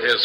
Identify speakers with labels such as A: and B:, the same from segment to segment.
A: His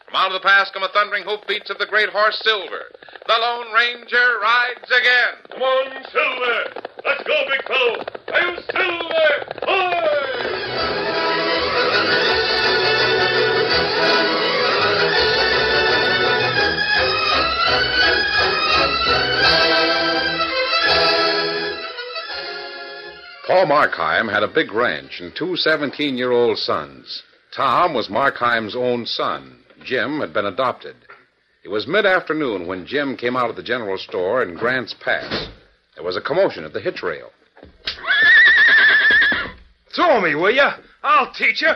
A: From out of the past come the thundering hoofbeats of the great horse Silver. The Lone Ranger rides again.
B: Come on, Silver! Let's go, big fellow! Are you Silver? Hoy!
A: Paul Markheim had a big ranch and two 17 year old sons. Tom was Markheim's own son. Jim had been adopted. It was mid afternoon when Jim came out of the general store in Grant's Pass. There was a commotion at the hitch rail.
C: Throw me, will you? I'll teach you.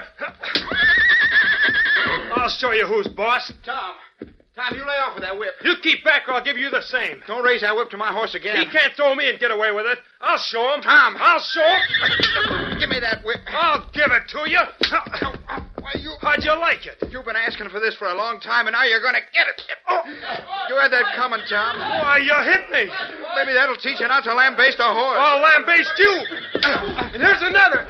C: I'll show you who's boss.
D: Tom, Tom, you lay off with that whip.
C: You keep back or I'll give you the same.
D: Don't raise that whip to my horse again.
C: He can't throw me and get away with it. I'll show him.
D: Tom.
C: I'll show him.
D: Give me that whip.
C: I'll give it to you.
D: Why, you,
C: How'd you like it?
D: you've been asking for this for a long time, and now you're going to get it. Oh, you had that coming, Tom.
C: Why, you hit me.
D: Maybe that'll teach you not to lambaste a horse.
C: I'll lambaste you. And here's another.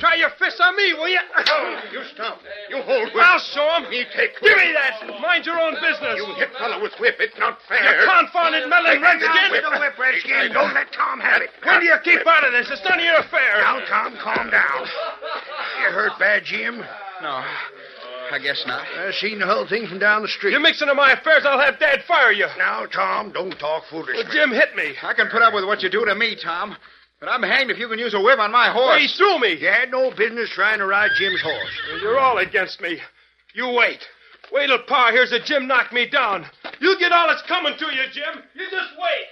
C: Try your fist on me, will you?
D: Oh, You stop. You hold whip.
C: I'll show him.
D: You take
C: Give me that. Mind your own business.
D: You hit fellow with whip. It's not fair.
C: You confounded meddling redskin.
D: whip, Redskin. Don't let Tom have it.
C: When do you keep out of this? It's none of your affair.
D: Now, Tom, calm down. You hurt bad, Jim? No, I guess not. I seen the whole thing from down the street.
C: You're mixing in my affairs. I'll have Dad fire you.
D: Now, Tom, don't talk foolishness.
C: Well, Jim hit me.
D: I can put up with what you do to me, Tom, but I'm hanged if you can use a whip on my
C: Well, he
D: horse.
C: threw me.
D: You had no business trying to ride Jim's horse.
C: You're all against me. You wait. Wait till Pa hears that Jim knocked me down. You get all that's coming to you, Jim. You just wait.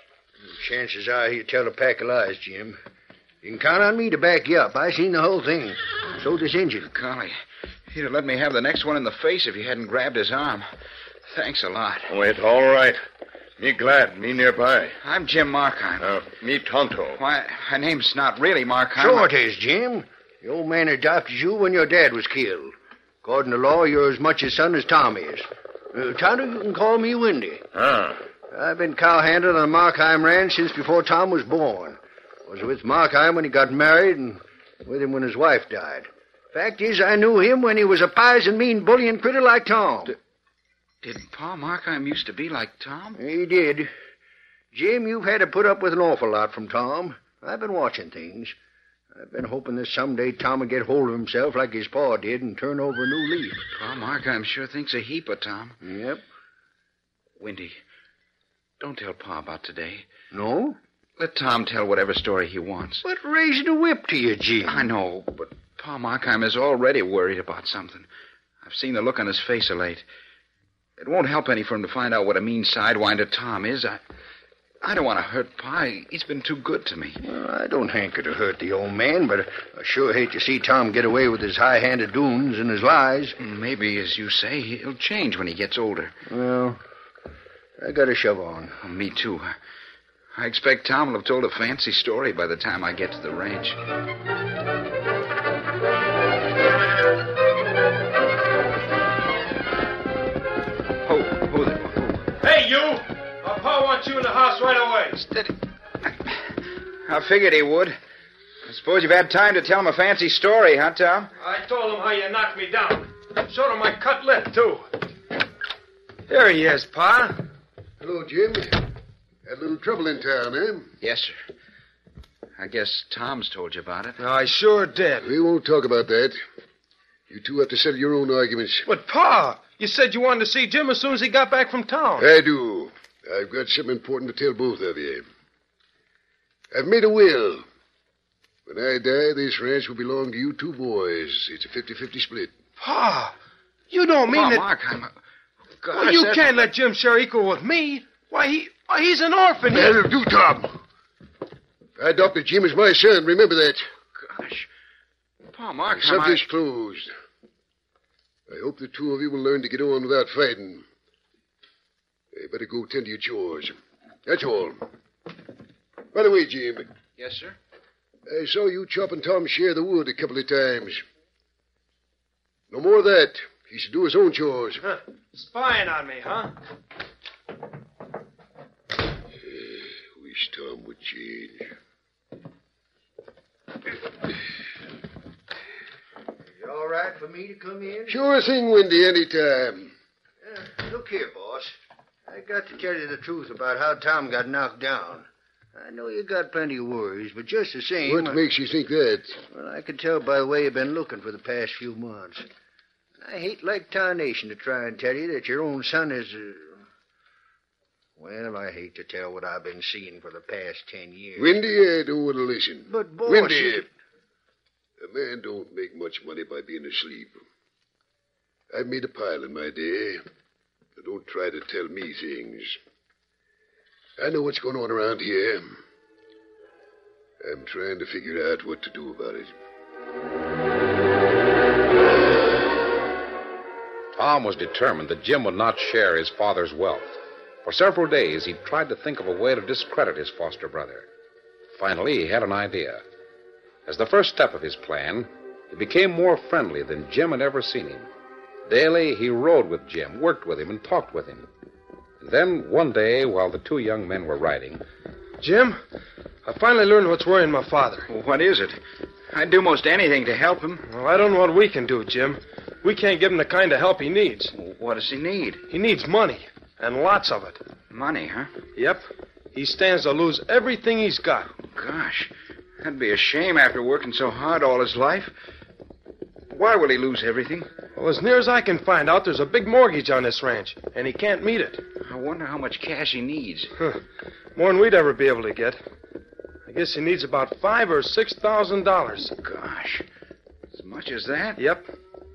D: Chances are he'll tell a pack of lies, Jim. You can count on me to back you up. I seen the whole thing. So does Injun. Golly, he'd have let me have the next one in the face if you hadn't grabbed his arm. Thanks a lot.
B: Oh, it's all right. Me glad, me nearby.
D: I'm Jim Markheim.
B: Uh, me Tonto.
D: Why, my name's not really Markheim.
E: Sure it is, Jim. The old man adopted you when your dad was killed. According to law, you're as much his son as Tom is. Uh, Tonto, you can call me Windy.
B: Ah,
E: I've been cowhandling on Markheim Ranch since before Tom was born. Was with Markheim when he got married and with him when his wife died. Fact is, I knew him when he was a pious and mean bullying critter like Tom.
D: Did Pa Markheim used to be like Tom?
E: He did. Jim, you've had to put up with an awful lot from Tom. I've been watching things. I've been hoping that someday Tom would get hold of himself like his pa did and turn over a new leaf.
D: Pa Markheim sure thinks a heap of Tom.
E: Yep.
D: Wendy, don't tell Pa about today.
E: No?
D: Let Tom tell whatever story he wants.
E: But raising a whip to you, Jim.
D: I know, but Pa Markheim is already worried about something. I've seen the look on his face of late. It won't help any for him to find out what a mean sidewinder Tom is. I, I don't want to hurt Pa. He's been too good to me.
E: Well, I don't hanker to hurt the old man, but I sure hate to see Tom get away with his high-handed doings and his lies.
D: Maybe, as you say, he'll change when he gets older.
E: Well, I gotta shove on.
D: Oh, me too. I expect Tom will have told a fancy story by the time I get to the ranch. Oh, oh, there. Oh,
C: Hey, you. Our Uh, Pa wants you in the house right away.
D: steady. I figured he would. I suppose you've had time to tell him a fancy story, huh, Tom?
C: I told him how you knocked me down. Showed him my cut lip, too. There he is, Pa.
F: Hello, Jim. Had a little trouble in town, eh?
D: Yes, sir. I guess Tom's told you about it.
C: I sure did.
F: We won't talk about that. You two have to settle your own arguments.
C: But, Pa, you said you wanted to see Jim as soon as he got back from town.
F: I do. I've got something important to tell both of you. I've made a will. When I die, this ranch will belong to you two boys. It's a 50 50 split.
C: Pa, you don't mean
D: Pa
C: that...
D: Markheim. Gosh,
C: Well, you
D: that's-
C: can't let Jim share equal with me. Why, he... Why, he's an orphan. He-
F: That'll do, Tom. I adopted Jim as my son. Remember that.
D: Gosh. Pa Markheim.
F: The subject's closed. I hope the two of you will learn to get on without fighting. You better go tend to your chores. That's all. By the way, Jim,
D: Yes, sir.
F: I saw you Chop and Tom share the wood a couple of times. No more of that. He should do his own chores.
C: Huh. Spying on me, huh?
F: Wish Tom would change.
E: You all right for me to come in?
F: Sure thing, Wendy, any time.
E: Uh, look here, boss. I got to tell you the truth about how Tom got knocked down. I know you got plenty of worries, but just the same.
F: What
E: I-
F: makes you think that?
E: Well, I can tell by the way you've been looking for the past few months. I hate like tarnation to try and tell you that your own son is. Uh... Well, I hate to tell what I've been seeing for the past ten years.
F: Wendy, I don't want to listen.
E: But, boss.
F: Wendy,
E: you-
F: a man don't make much money by being asleep. I've made a pile in my day. Now don't try to tell me things. I know what's going on around here. I'm trying to figure out what to do about it.
A: Tom was determined that Jim would not share his father's wealth. For several days, he tried to think of a way to discredit his foster brother. Finally, he had an idea. As the first step of his plan, he became more friendly than Jim had ever seen him. Daily, he rode with Jim, worked with him, and talked with him. And then, one day, while the two young men were riding,
C: Jim, I finally learned what's worrying my father.
D: What is it? I'd do most anything to help him.
C: Well, I don't know what we can do, Jim. We can't give him the kind of help he needs.
D: What does he need?
C: He needs money, and lots of it.
D: Money, huh?
C: Yep. He stands to lose everything he's got.
D: Gosh, that'd be a shame after working so hard all his life. Why will he lose everything?
C: Well, as near as I can find out, there's a big mortgage on this ranch, and he can't meet it.
D: I wonder how much cash he needs.
C: Huh. More than we'd ever be able to get. I guess he needs about five or six thousand dollars.
D: Gosh, as much as that?
C: Yep.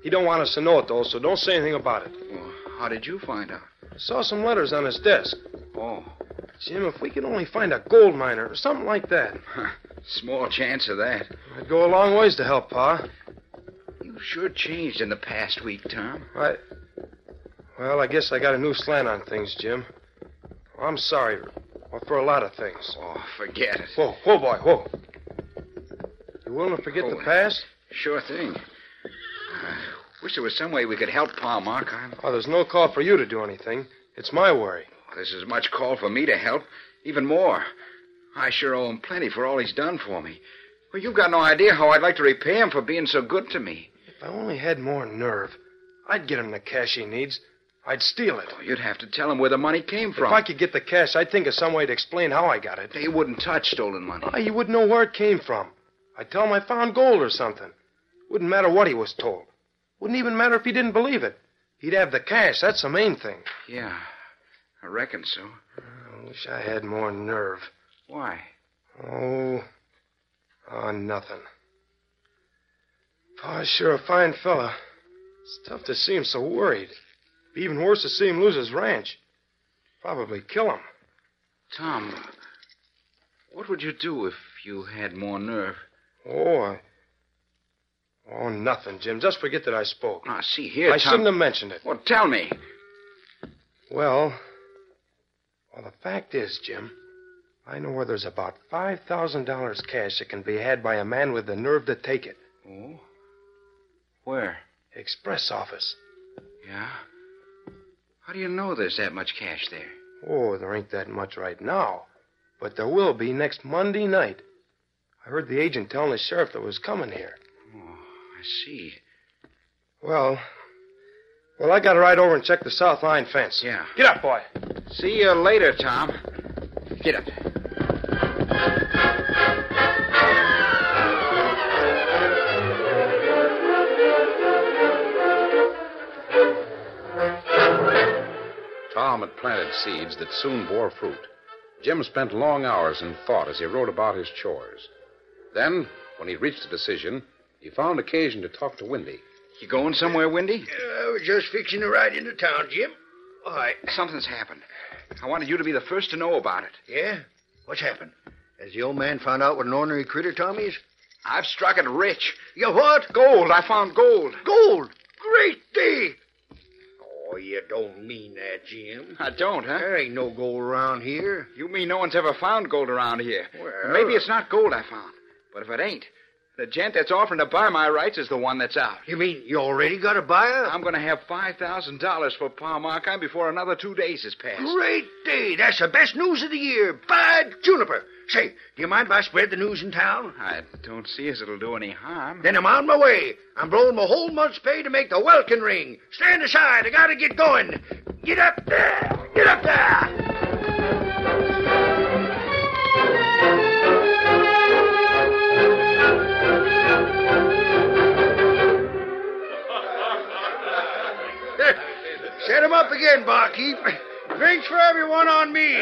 C: He don't want us to know it though, so don't say anything about it.
D: Well, how did you find out?
C: I saw some letters on his desk.
D: Oh,
C: Jim, if we could only find a gold miner or something like that,
D: small chance of that.
C: I'd go a long ways to help, Pa.
D: You sure changed in the past week, Tom.
C: I. Well, I guess I got a new slant on things, Jim. I'm sorry. Well, for a lot of things.
D: Oh, forget it.
C: Whoa, whoa, boy, whoa. You willing to forget the
D: Holy-
C: past?
D: Sure thing. I wish there was some way we could help Pa Markheim.
C: Oh, there's no call for you to do anything. It's my worry.
D: Oh, This is much call for me to help, even more. I sure owe him plenty for all he's done for me. Well, you've got no idea how I'd like to repay him for being so good to me.
C: If I only had more nerve, I'd get him the cash he needs. I'd steal it.
D: Oh, You'd have to tell him where the money came
C: If
D: from.
C: I could get the cash, I'd think of some way to explain how I got it.
D: They wouldn't touch stolen money.
C: Ah, he wouldn't know where it came from. I'd tell him I found gold or something. Wouldn't matter what he was told. Wouldn't even matter if he didn't believe it. He'd have the cash. That's the main thing.
D: Yeah, I reckon so.
C: I wish I had more nerve.
D: Why?
C: Oh, oh, nothing. Pa's sure a fine fella. It's tough to see him so worried. Be even worse to see him lose his ranch. Probably kill him.
D: Tom, what would you do if you had more nerve?
C: Oh, I... oh, nothing, Jim. Just forget that I spoke.
D: Now, Ah, see here,
C: I
D: Tom.
C: shouldn't have mentioned it.
D: Well, tell me.
C: Well, well, the fact is, Jim, I know where there's about five thousand dollars cash that can be had by a man with the nerve to take it.
D: Oh? Where?
C: Express office.
D: Yeah? How do you know there's that much cash there?
C: Oh, there ain't that much right now, but there will be next Monday night. I heard the agent telling the sheriff that was coming here.
D: Oh, I see.
C: Well, well, I got to ride over and check the south line fence.
D: Yeah.
C: Get up, boy.
D: See you later, Tom. Get up.
A: Tom had planted seeds that soon bore fruit. Jim spent long hours in thought as he wrote about his chores. Then, when he reached a decision, he found occasion to talk to Windy.
D: You going somewhere, Windy?
E: I was just fixing to ride into town, Jim. Why?
D: Something's happened. I wanted you to be the first to know about it.
E: Yeah? What's happened? Has the old man found out what an ornery critter Tom is?
D: I've struck it rich.
E: You what?
D: Gold. I found gold.
E: Gold! Great day! Oh, you don't mean that, Jim.
D: I don't, huh?
E: There ain't no gold around here.
D: You mean no one's ever found gold around here?
E: Well-
D: Maybe it's not gold I found. But if it ain't, the gent that's offering to buy my rights is the one that's out.
E: You mean you already got a buyer?
D: I'm going to have $5,000 for Pa Markheim before another two days has passed.
E: Great day. That's the best news of the year. By Juniper. Say, do you mind if I spread the news in town?
D: I don't see as it'll do any harm.
E: Then I'm on my way. I'm blowing my whole month's pay to make the welkin ring. Stand aside. I gotta get going. Get up there. Get up there. Set him up again, barkeep. Drinks for everyone on me.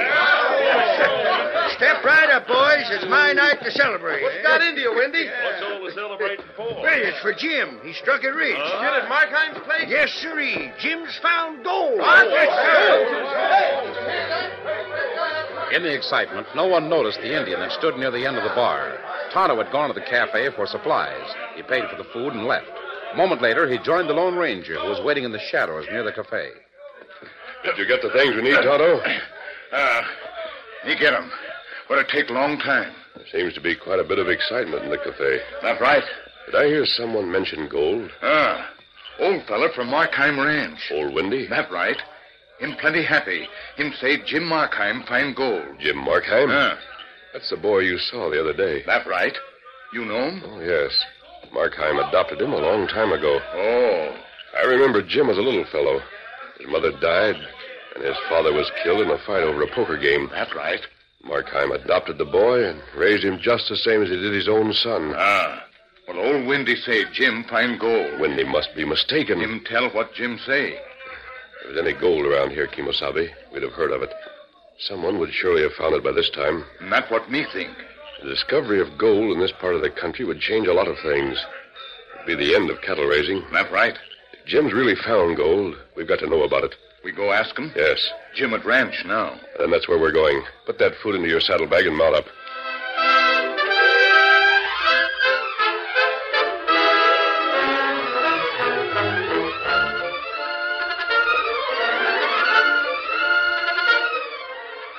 E: Step right up, boys. It's my night to celebrate. What's
C: Got into you, Wendy.
B: What's all the celebrating for?
E: Well, it's for Jim. He struck it rich.
C: Get at Markheim's place?
E: Yes, sirree. Jim's found gold.
A: In the excitement, no one noticed the Indian that stood near the end of the bar. Tonto had gone to the cafe for supplies. He paid for the food and left. A moment later, he joined the Lone Ranger, who was waiting in the shadows near the cafe.
F: Did you get the things we need, Tonto?
D: Uh, you get him. But it take long time.
F: There seems to be quite a bit of excitement in the cafe.
D: That right?
F: Did I hear someone mention gold?
D: Uh, old fella from Markheim Ranch.
F: Old Windy?
D: That right? Him plenty happy. Him say Jim Markheim find gold.
F: Jim Markheim?
D: Uh,
F: That's the boy you saw the other day.
D: that right? You know him?
F: Oh, yes. Markheim adopted him a long time ago.
D: Oh.
F: I remember Jim as a little fellow. His mother died, and his father was killed in a fight over a poker game.
D: That right?
F: Markheim adopted the boy and raised him just the same as he did his own son.
D: Ah. Well, old Windy say Jim find gold.
F: Windy must be mistaken.
D: Him tell what Jim say.
F: If there's any gold around here, Kimosabe, we'd have heard of it. Someone would surely have found it by this time.
D: And that what me think.
F: The discovery of gold in this part of the country would change a lot of things. It'd be the end of cattle raising.
D: That right?
F: If Jim's really found gold, we've got to know about it.
D: We go ask him.
F: Yes.
D: Jim at ranch now.
F: Then that's where we're going. Put that food into your saddlebag and mount up.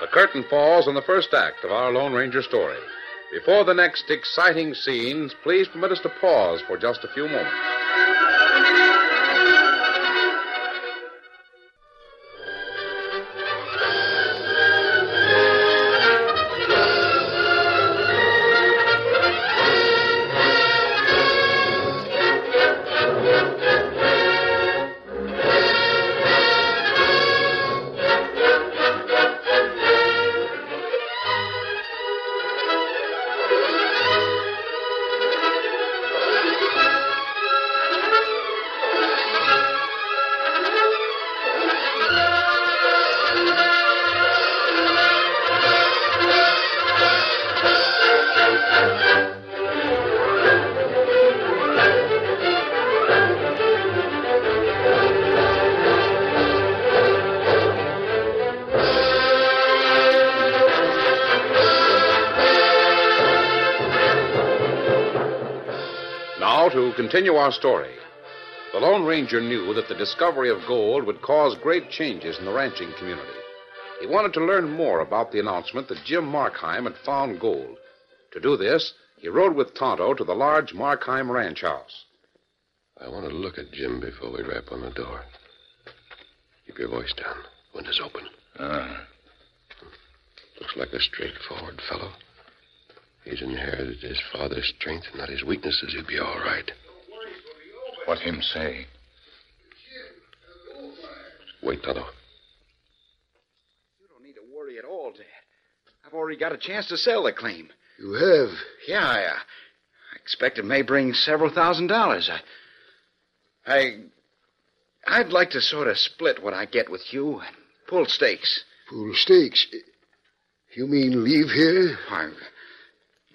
A: The curtain falls on the first act of our Lone Ranger story. Before the next exciting scenes, please permit us to pause for just a few moments. Now, to continue our story. The Lone Ranger knew that the discovery of gold would cause great changes in the ranching community. He wanted to learn more about the announcement that Jim Markheim had found gold. To do this, he rode with Tonto to the large Markheim ranch house.
F: I want to look at Jim before we rap on the door. Keep your voice down. Window's open.
D: Ah.
F: Looks like a straightforward fellow. He's inherited his father's strength and not his weaknesses. He'll be all right.
D: What him say?
F: Wait, Tonto.
D: You don't need to worry at all, Dad. I've already got a chance to sell the claim.
F: You have.
D: Yeah, I, uh, I expect it may bring several thousand dollars. I, I, I'd like to sort of split what I get with you and pull stakes.
F: Pool stakes. You mean leave here?
D: I,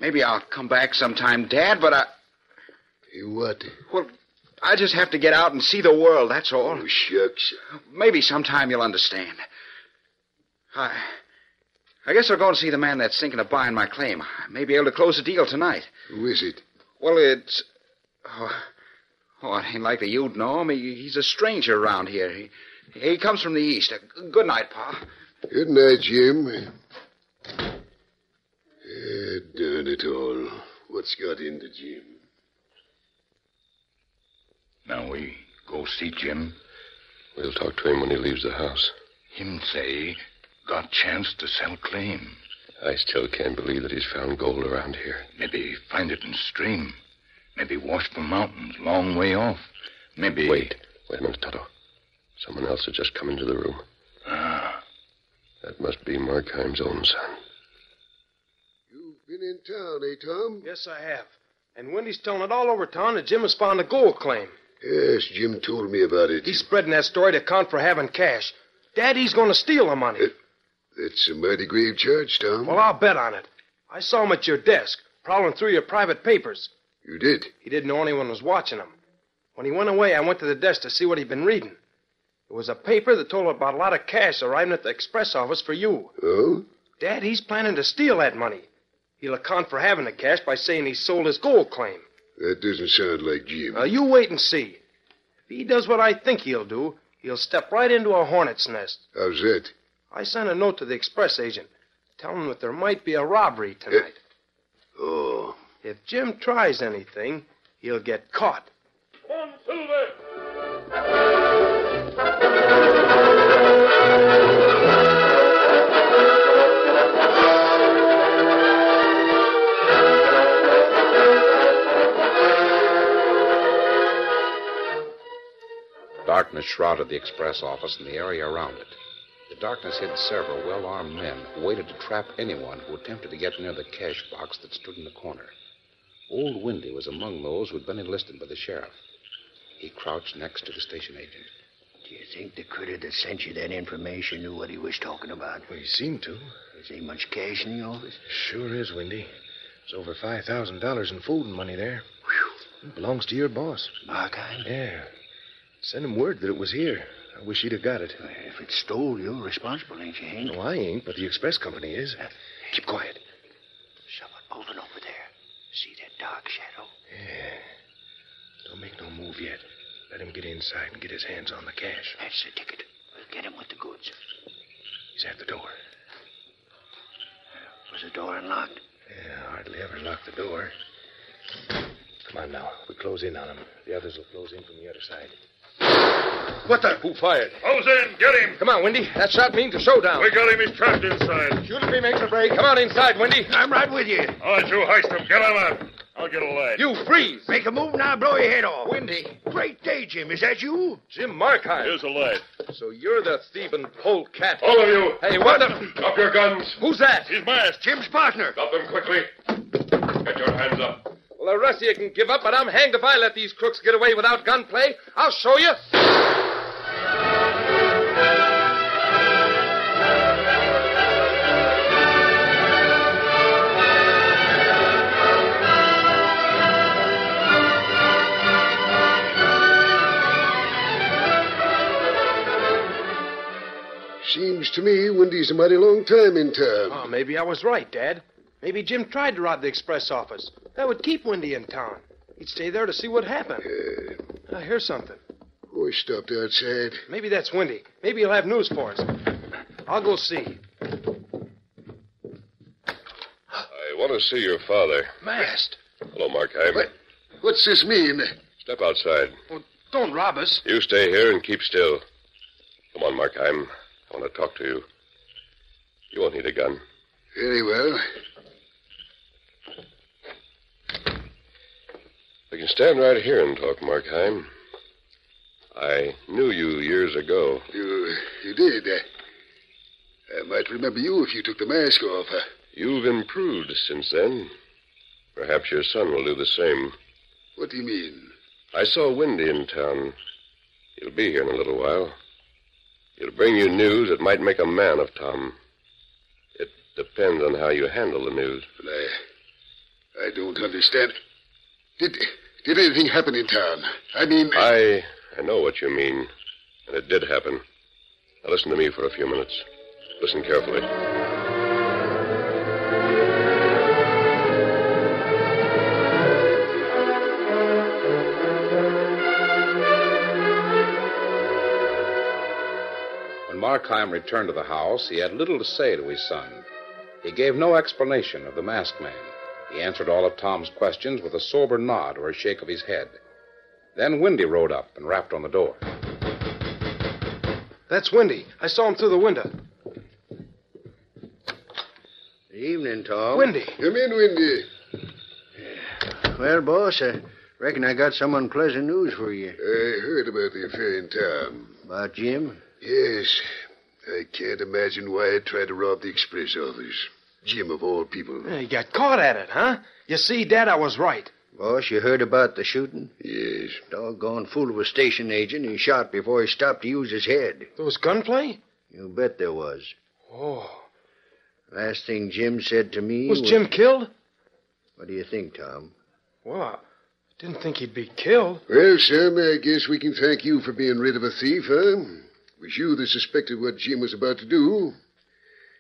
D: maybe I'll come back sometime, Dad. But I,
F: You what?
D: well, I just have to get out and see the world. That's all.
F: Oh, shucks.
D: Maybe sometime you'll understand. I, I guess I'll go and see the man that's thinking of buying my claim. I may be able to close the deal tonight.
F: Who is it?
D: Well, it's. Oh, oh it ain't likely you'd know him. He, he's a stranger around here. He, he comes from the east. Uh, Good night, Pa.
F: Good night, Jim. Eh, darn it all. What what's got into Jim.
G: Now we go see Jim.
H: We'll talk to him when he leaves the house.
G: Him say got chance to sell claim.
H: I still can't believe that he's found gold around here.
G: Maybe find it in stream. Maybe wash for mountains long way off. Maybe
H: Wait. Wait a minute, Toto. Someone else has just come into the room.
G: Ah,
H: That must be Markheim's own son.
F: You've been in town, eh, Tom?
C: Yes, I have. And Wendy's telling it all over town that Jim has found a gold claim.
F: Yes, Jim told me about it.
C: He's spreading that story to account for having cash. Daddy's going to steal the money.
F: That's a mighty grave charge, Tom.
C: Well, I'll bet on it. I saw him at your desk, prowling through your private papers.
F: You did.
C: He didn't know anyone was watching him. When he went away, I went to the desk to see what he'd been reading. It was a paper that told about a lot of cash arriving at the express office for you.
F: Oh?
C: Dad, he's planning to steal that money. He'll account for having the cash by saying he sold his gold claim.
F: That doesn't sound like Jim.
C: Now, you wait and see. If he does what I think he'll do, he'll step right into a hornet's nest.
F: How's that?
C: I sent a note to the express agent telling him that there might be a robbery tonight.
F: Oh.
C: If Jim tries anything, he'll get caught.
B: Come on, Silver!
A: Darkness shrouded the express office and the area around it. The darkness hid several well armed men who waited to trap anyone who attempted to get near the cash box that stood in the corner. Old Windy was among those who'd been enlisted by the sheriff. He crouched next to the station agent.
E: Do you think the critter that sent you that information knew what he was talking about?
H: Well, he seemed to.
E: Is there much cash in the office?
H: Sure is, Windy. There's over $5,000 in food and money there. It belongs to your boss.
E: Markheim?
H: Yeah. Send him word that it was here. I wish he'd have got it.
E: If it's stole, you're responsible, ain't you, Hank?
H: No, I ain't, but the express company is. Keep quiet.
E: Someone moving over there. See that dark shadow?
H: Don't make no move yet. Let him get inside and get his hands on the cash.
E: That's the ticket. We'll get him with the goods.
H: He's at the door.
E: Was the door unlocked?
H: Yeah, hardly ever lock the door. Come on now. We close in on him. The others will close in from the other side.
C: What the? Who fired?
B: Hose in! Get him!
C: Come on, Wendy. That shot means a showdown.
B: We got him. He's trapped inside.
C: Shoot if he makes a break. Come on inside, Wendy.
E: I'm right with you.
B: All right, you heist him. Get him out. I'll get a light.
C: You freeze.
E: Make a move now, blow your head off. Windy. Great day, Jim. Is that you?
C: Jim Markheim.
B: Here's a light.
C: So you're the thieving polecat.
B: All of you,
C: Hey, what the?
B: drop your guns.
C: Who's that?
B: He's masked.
E: Jim's partner.
B: Drop them quickly. Get your hands up.
C: Well, the rest of you can give up, but I'm hanged if I let these crooks get away without gunplay. I'll show you.
F: Seems to me Wendy's a mighty long time in town.
C: Oh, maybe I was right, Dad. Maybe Jim tried to rob the express office. That would keep Wendy in town. He'd stay there to see what happened. I hear something.
F: Boy stopped outside.
C: Maybe that's Wendy. Maybe he'll have news for us. I'll go see.
H: I want to see your father.
C: Mast.
H: Hello, Markheim.
F: What? What's this mean?
H: Step outside.
G: Oh,
C: Don't rob us.
H: You stay here and keep still. Come on, Markheim. I want to talk to you. You won't need a gun.
F: Very well.
H: We can stand right here and talk, Markheim. I knew you years ago.
F: You, you did. I might remember you if you took the mask off.
H: You've improved since then. Perhaps your son will do the same.
F: What do you mean?
H: I saw Windy in town. He'll be here in a little while. He'll bring you news that might make a man of Tom. It depends on how you handle the news.
F: But I, I don't understand. Did did anything happen in town? I mean,
H: I I know what you mean, and it did happen. Now listen to me for a few minutes. Listen carefully.
A: When Markheim returned to the house, he had little to say to his son. He gave no explanation of the masked man. He answered all of Tom's questions with a sober nod or a shake of his head. Then Windy rode up and rapped on the door.
C: That's Wendy. I saw him through the window.
E: Good evening, Tom.
C: Wendy.
F: Come in, Windy.
E: Well, boss, I reckon I got some unpleasant news for you.
F: I heard about the affair in town.
E: About Jim?
F: Yes, I can't imagine why I tried to rob the express office. Jim, of all people.
C: Yeah, You got caught at it, huh? You see, Dad, I was right.
E: Boss, you heard about the shooting?
F: Yes.
E: Doggone fool of a station agent. He shot before he stopped to use his head.
C: There was gunplay?
E: You bet there was.
C: Oh.
E: Last thing Jim said to me
C: Was Jim killed?
E: What do you think, Tom?
C: Well, I didn't think he'd be killed.
F: Well, Sam, I guess we can thank you for being rid of a thief, huh? It was you that suspected what Jim was about to do.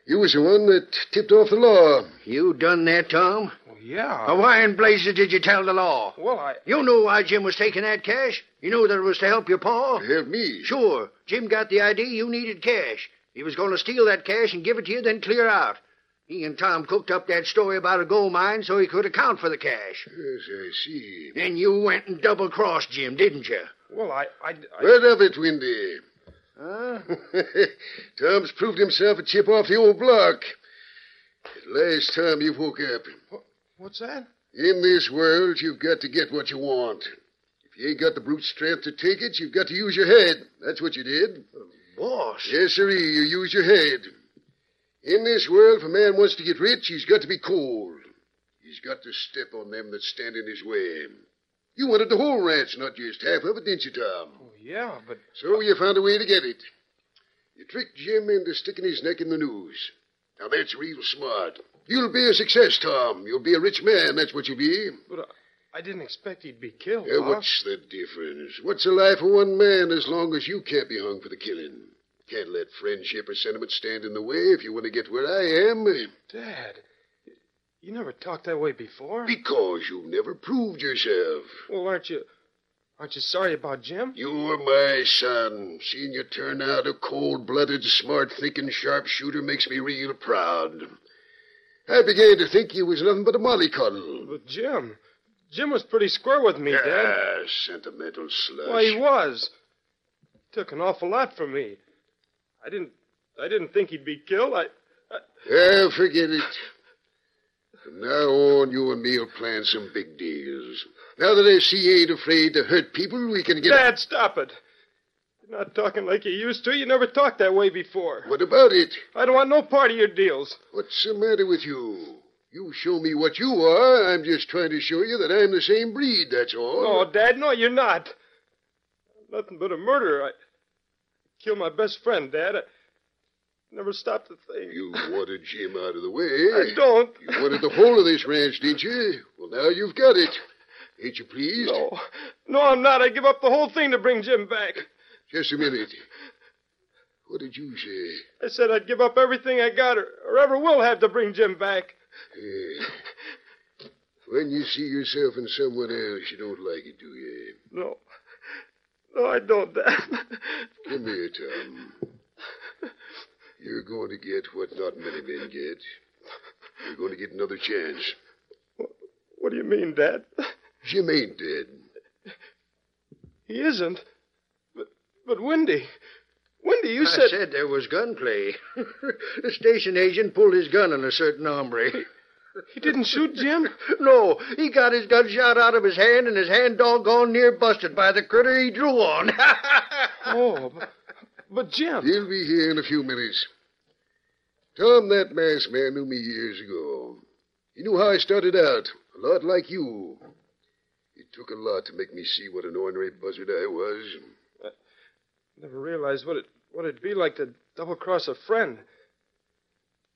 F: You was the one that tipped off the law.
E: You done that, Tom?
C: Well, yeah.
E: Now, why in blazes did you tell the law?
C: well, I.
E: You knew why Jim was taking that cash. You knew that it was to help your pa.
F: Help me.
E: Sure, Jim got the idea you needed cash. He was going to steal that cash and give it to you, then clear out. He and Tom cooked up that story about a gold mine so he could account for the cash.
F: Yes, I see.
E: Then you went and double crossed Jim, didn't you?
C: Well, I. I, I
F: What of it, Windy?
E: Huh?
F: Tom's proved himself a chip off the old block. At last time you woke up.
C: what's that?
F: In this world, you've got to get what you want. If you ain't got the brute strength to take it, you've got to use your head. That's what you did.
E: Boss.
F: Yes, sirree, you use your head. In this world, if a man wants to get rich, he's got to be cold. He's got to step on them that stand in his way. You wanted the whole ranch, not just half of it, didn't you, Tom?
C: Well, Oh, yeah, but.
F: So you found a way to get it. You tricked Jim into sticking his neck in the news. Now that's real smart. You'll be a success, Tom. You'll be a rich man. That's what you'll be.
C: But I, I didn't expect he'd be killed.
F: Yeah,
C: Pa.
F: what's the difference? What's the life of one man as long as you can't be hung for the killing? Can't let friendship or sentiment stand in the way if you want to get where I am.
C: Dad, you never talked that way before.
F: Because you've never proved yourself.
C: Well, aren't you. Aren't you sorry about Jim?
F: You were my son. Seeing you turn out a cold blooded, smart thinking sharpshooter makes me real proud. I began to think you was nothing but a mollycoddle.
C: But Jim. Jim was pretty square with me, Dad.
F: Ah, sentimental slush.
C: Why, he was. Took an awful lot from me. I didn't. I didn't think he'd be killed. I.
F: Ah, forget it. From now on, you and me will plan some big deals. Now that I see you ain't afraid to hurt people, we can get.
C: Dad, stop it. You're not talking like you used to. You never talked that way before.
F: What about it?
C: I don't want no part of your deals.
F: What's the matter with you? You show me what you are. I'm just trying to show you that I'm the same breed, that's all.
C: No, Oh, Dad, no, you're not. I'm nothing but a murderer. I killed my best friend, Dad. I never stopped to think.
F: You wanted Jim out of the way.
C: I don't.
F: You wanted the whole of this ranch, didn't you? Well, now you've got it. Ain't you pleased?
C: No, no, I'm not. I give up the whole thing to bring Jim back.
F: Just a minute. What did you say?
C: I said I'd give up everything I got or, or ever will have to bring Jim back.
F: Eh, when you see yourself in someone else, you don't like it, do you?
C: No, no, I don't, Dad.
F: Come here, Tom. You're going to get what not many men get. You're going to get another chance.
C: What do you mean, Dad?
F: Jim ain't dead.
C: He isn't. But, but Wendy, Wendy, you
E: I said there was gunplay. the station agent pulled his gun on a certain hombre.
C: he didn't shoot Jim.
E: No, he got his gun shot out of his hand, and his hand doggone near busted by the critter he drew on.
C: Oh, but, but Jim.
F: He'll be here in a few minutes. Tom, that masked man knew me years ago. He knew how I started out, a lot like you. It took a lot to make me see what an ornery buzzard I was.
C: Never realized what it what it'd be like to double cross a friend.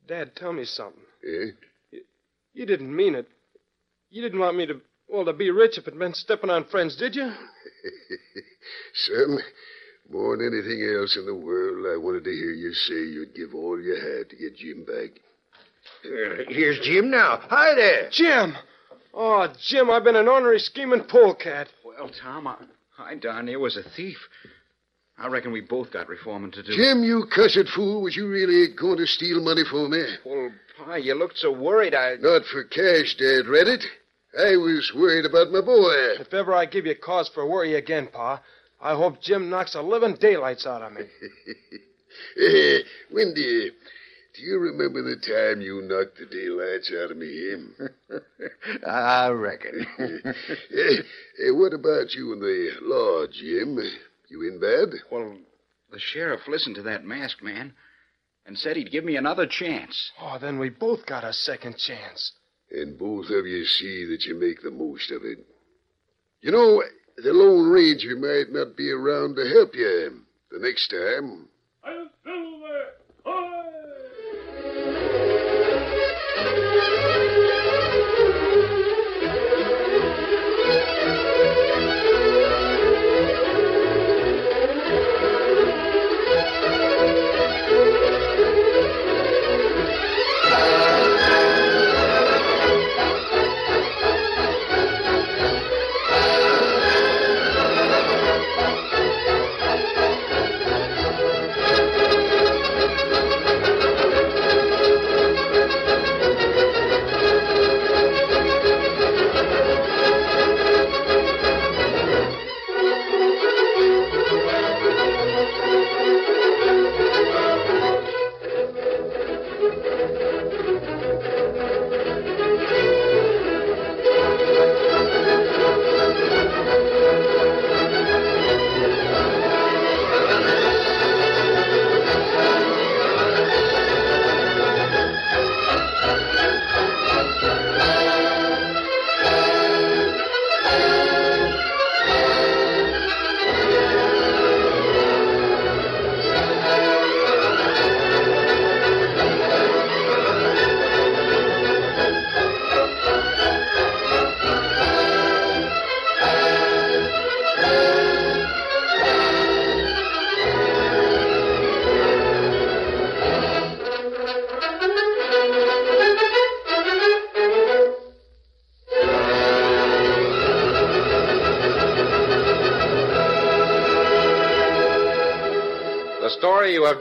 C: Dad, tell me something.
F: Eh?
C: You didn't mean it. You didn't want me to well to be rich if it meant stepping on friends, did you?
F: Son, more than anything else in the world, I wanted to hear you say you'd give all you had to get Jim back.
E: Here's Jim now. Hi there.
C: Jim. Oh, Jim, I've been an ornery scheming polecat.
D: Well, Tom, I, I darn near was a thief. I reckon we both got reforming to do.
F: Jim, you cussed fool, was you really going to steal money from me?
D: Well, Pa, you looked so worried I.
F: Not for cash, Dad Reddit. I was worried about my boy.
C: If ever I give you cause for worry again, Pa, I hope Jim knocks the living daylights out of me.
F: Eh, Wendy, do you remember the time you knocked the daylights out of me? Jim?
E: I reckon.
F: Eh, eh, what about you and the law, Jim? You in bed?
D: Well, the sheriff listened to that masked man and said he'd give me another chance.
C: Oh, then we both got a second chance.
F: And both of you see that you make the most of it. You know, the Lone Ranger might not be around to help you the next time.
B: I'll silver. Hoy!
A: The story you have